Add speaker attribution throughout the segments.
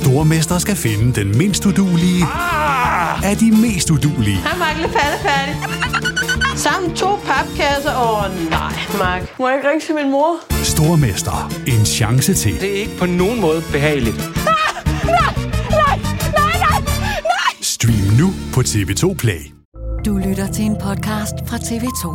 Speaker 1: Stormester skal finde den mindst udulige ah! af de mest udulige.
Speaker 2: Hej, Mark. Lidt færdig. Sammen to papkasser. Åh, oh, nej, Mark. Må jeg ikke ringe til min mor?
Speaker 1: Stormester. En chance til.
Speaker 3: Det er ikke på nogen måde behageligt.
Speaker 1: Stream nu på TV2 Play.
Speaker 4: Du lytter til en podcast fra TV2.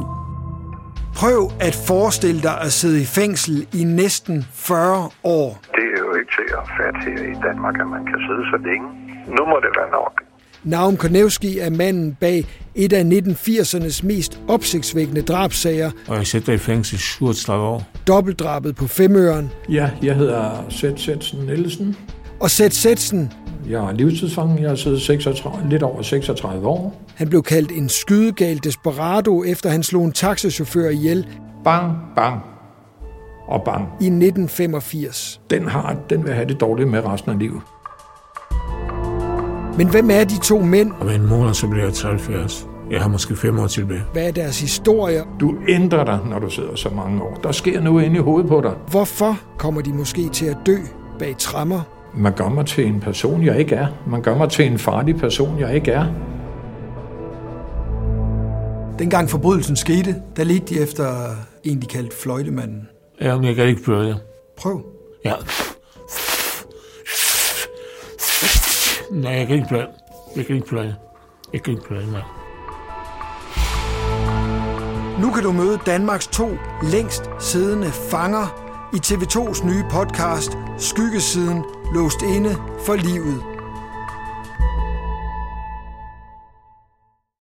Speaker 5: Prøv at forestille dig at sidde i fængsel i næsten 40 år.
Speaker 6: Det er jo ikke til at fatte her i Danmark, at man kan sidde så længe. Nu må det være nok.
Speaker 5: Naum Konevski er manden bag et af 1980'ernes mest opsigtsvækkende drabsager,
Speaker 7: Og jeg sætter i fængsel 37 år.
Speaker 5: dobbeltdrabet på Femøren,
Speaker 8: Ja, jeg hedder Sæt Sætsen Nielsen.
Speaker 5: og Seth Setsen.
Speaker 8: Jeg er livstidsfangen. Jeg har siddet 36, lidt over 36 år.
Speaker 5: Han blev kaldt en skydegal desperado, efter han slog en taxachauffør ihjel
Speaker 8: Bang, bang og bang.
Speaker 5: i 1985.
Speaker 8: Den har, den vil have det dårligt med resten af livet.
Speaker 5: Men hvem er de to mænd?
Speaker 7: Om en måned, så bliver jeg 73. Jeg har måske 5 år tilbage.
Speaker 5: Hvad er deres historie?
Speaker 8: Du ændrer dig, når du sidder så mange år. Der sker noget inde i hovedet på dig.
Speaker 5: Hvorfor kommer de måske til at dø bag trammer?
Speaker 8: Man gør mig til en person, jeg ikke er. Man gør mig til en farlig person, jeg ikke er.
Speaker 9: Dengang forbrydelsen skete, der ledte de efter en, de kaldte fløjtemanden.
Speaker 7: Ja, men jeg kan ikke prøve det.
Speaker 9: Prøv.
Speaker 7: Ja. Nej, jeg kan ikke blande. Jeg kan ikke blande. Jeg kan ikke blande mig.
Speaker 5: Nu kan du møde Danmarks to længst siddende fanger i TV2's nye podcast Skyggesiden Låst inde for livet.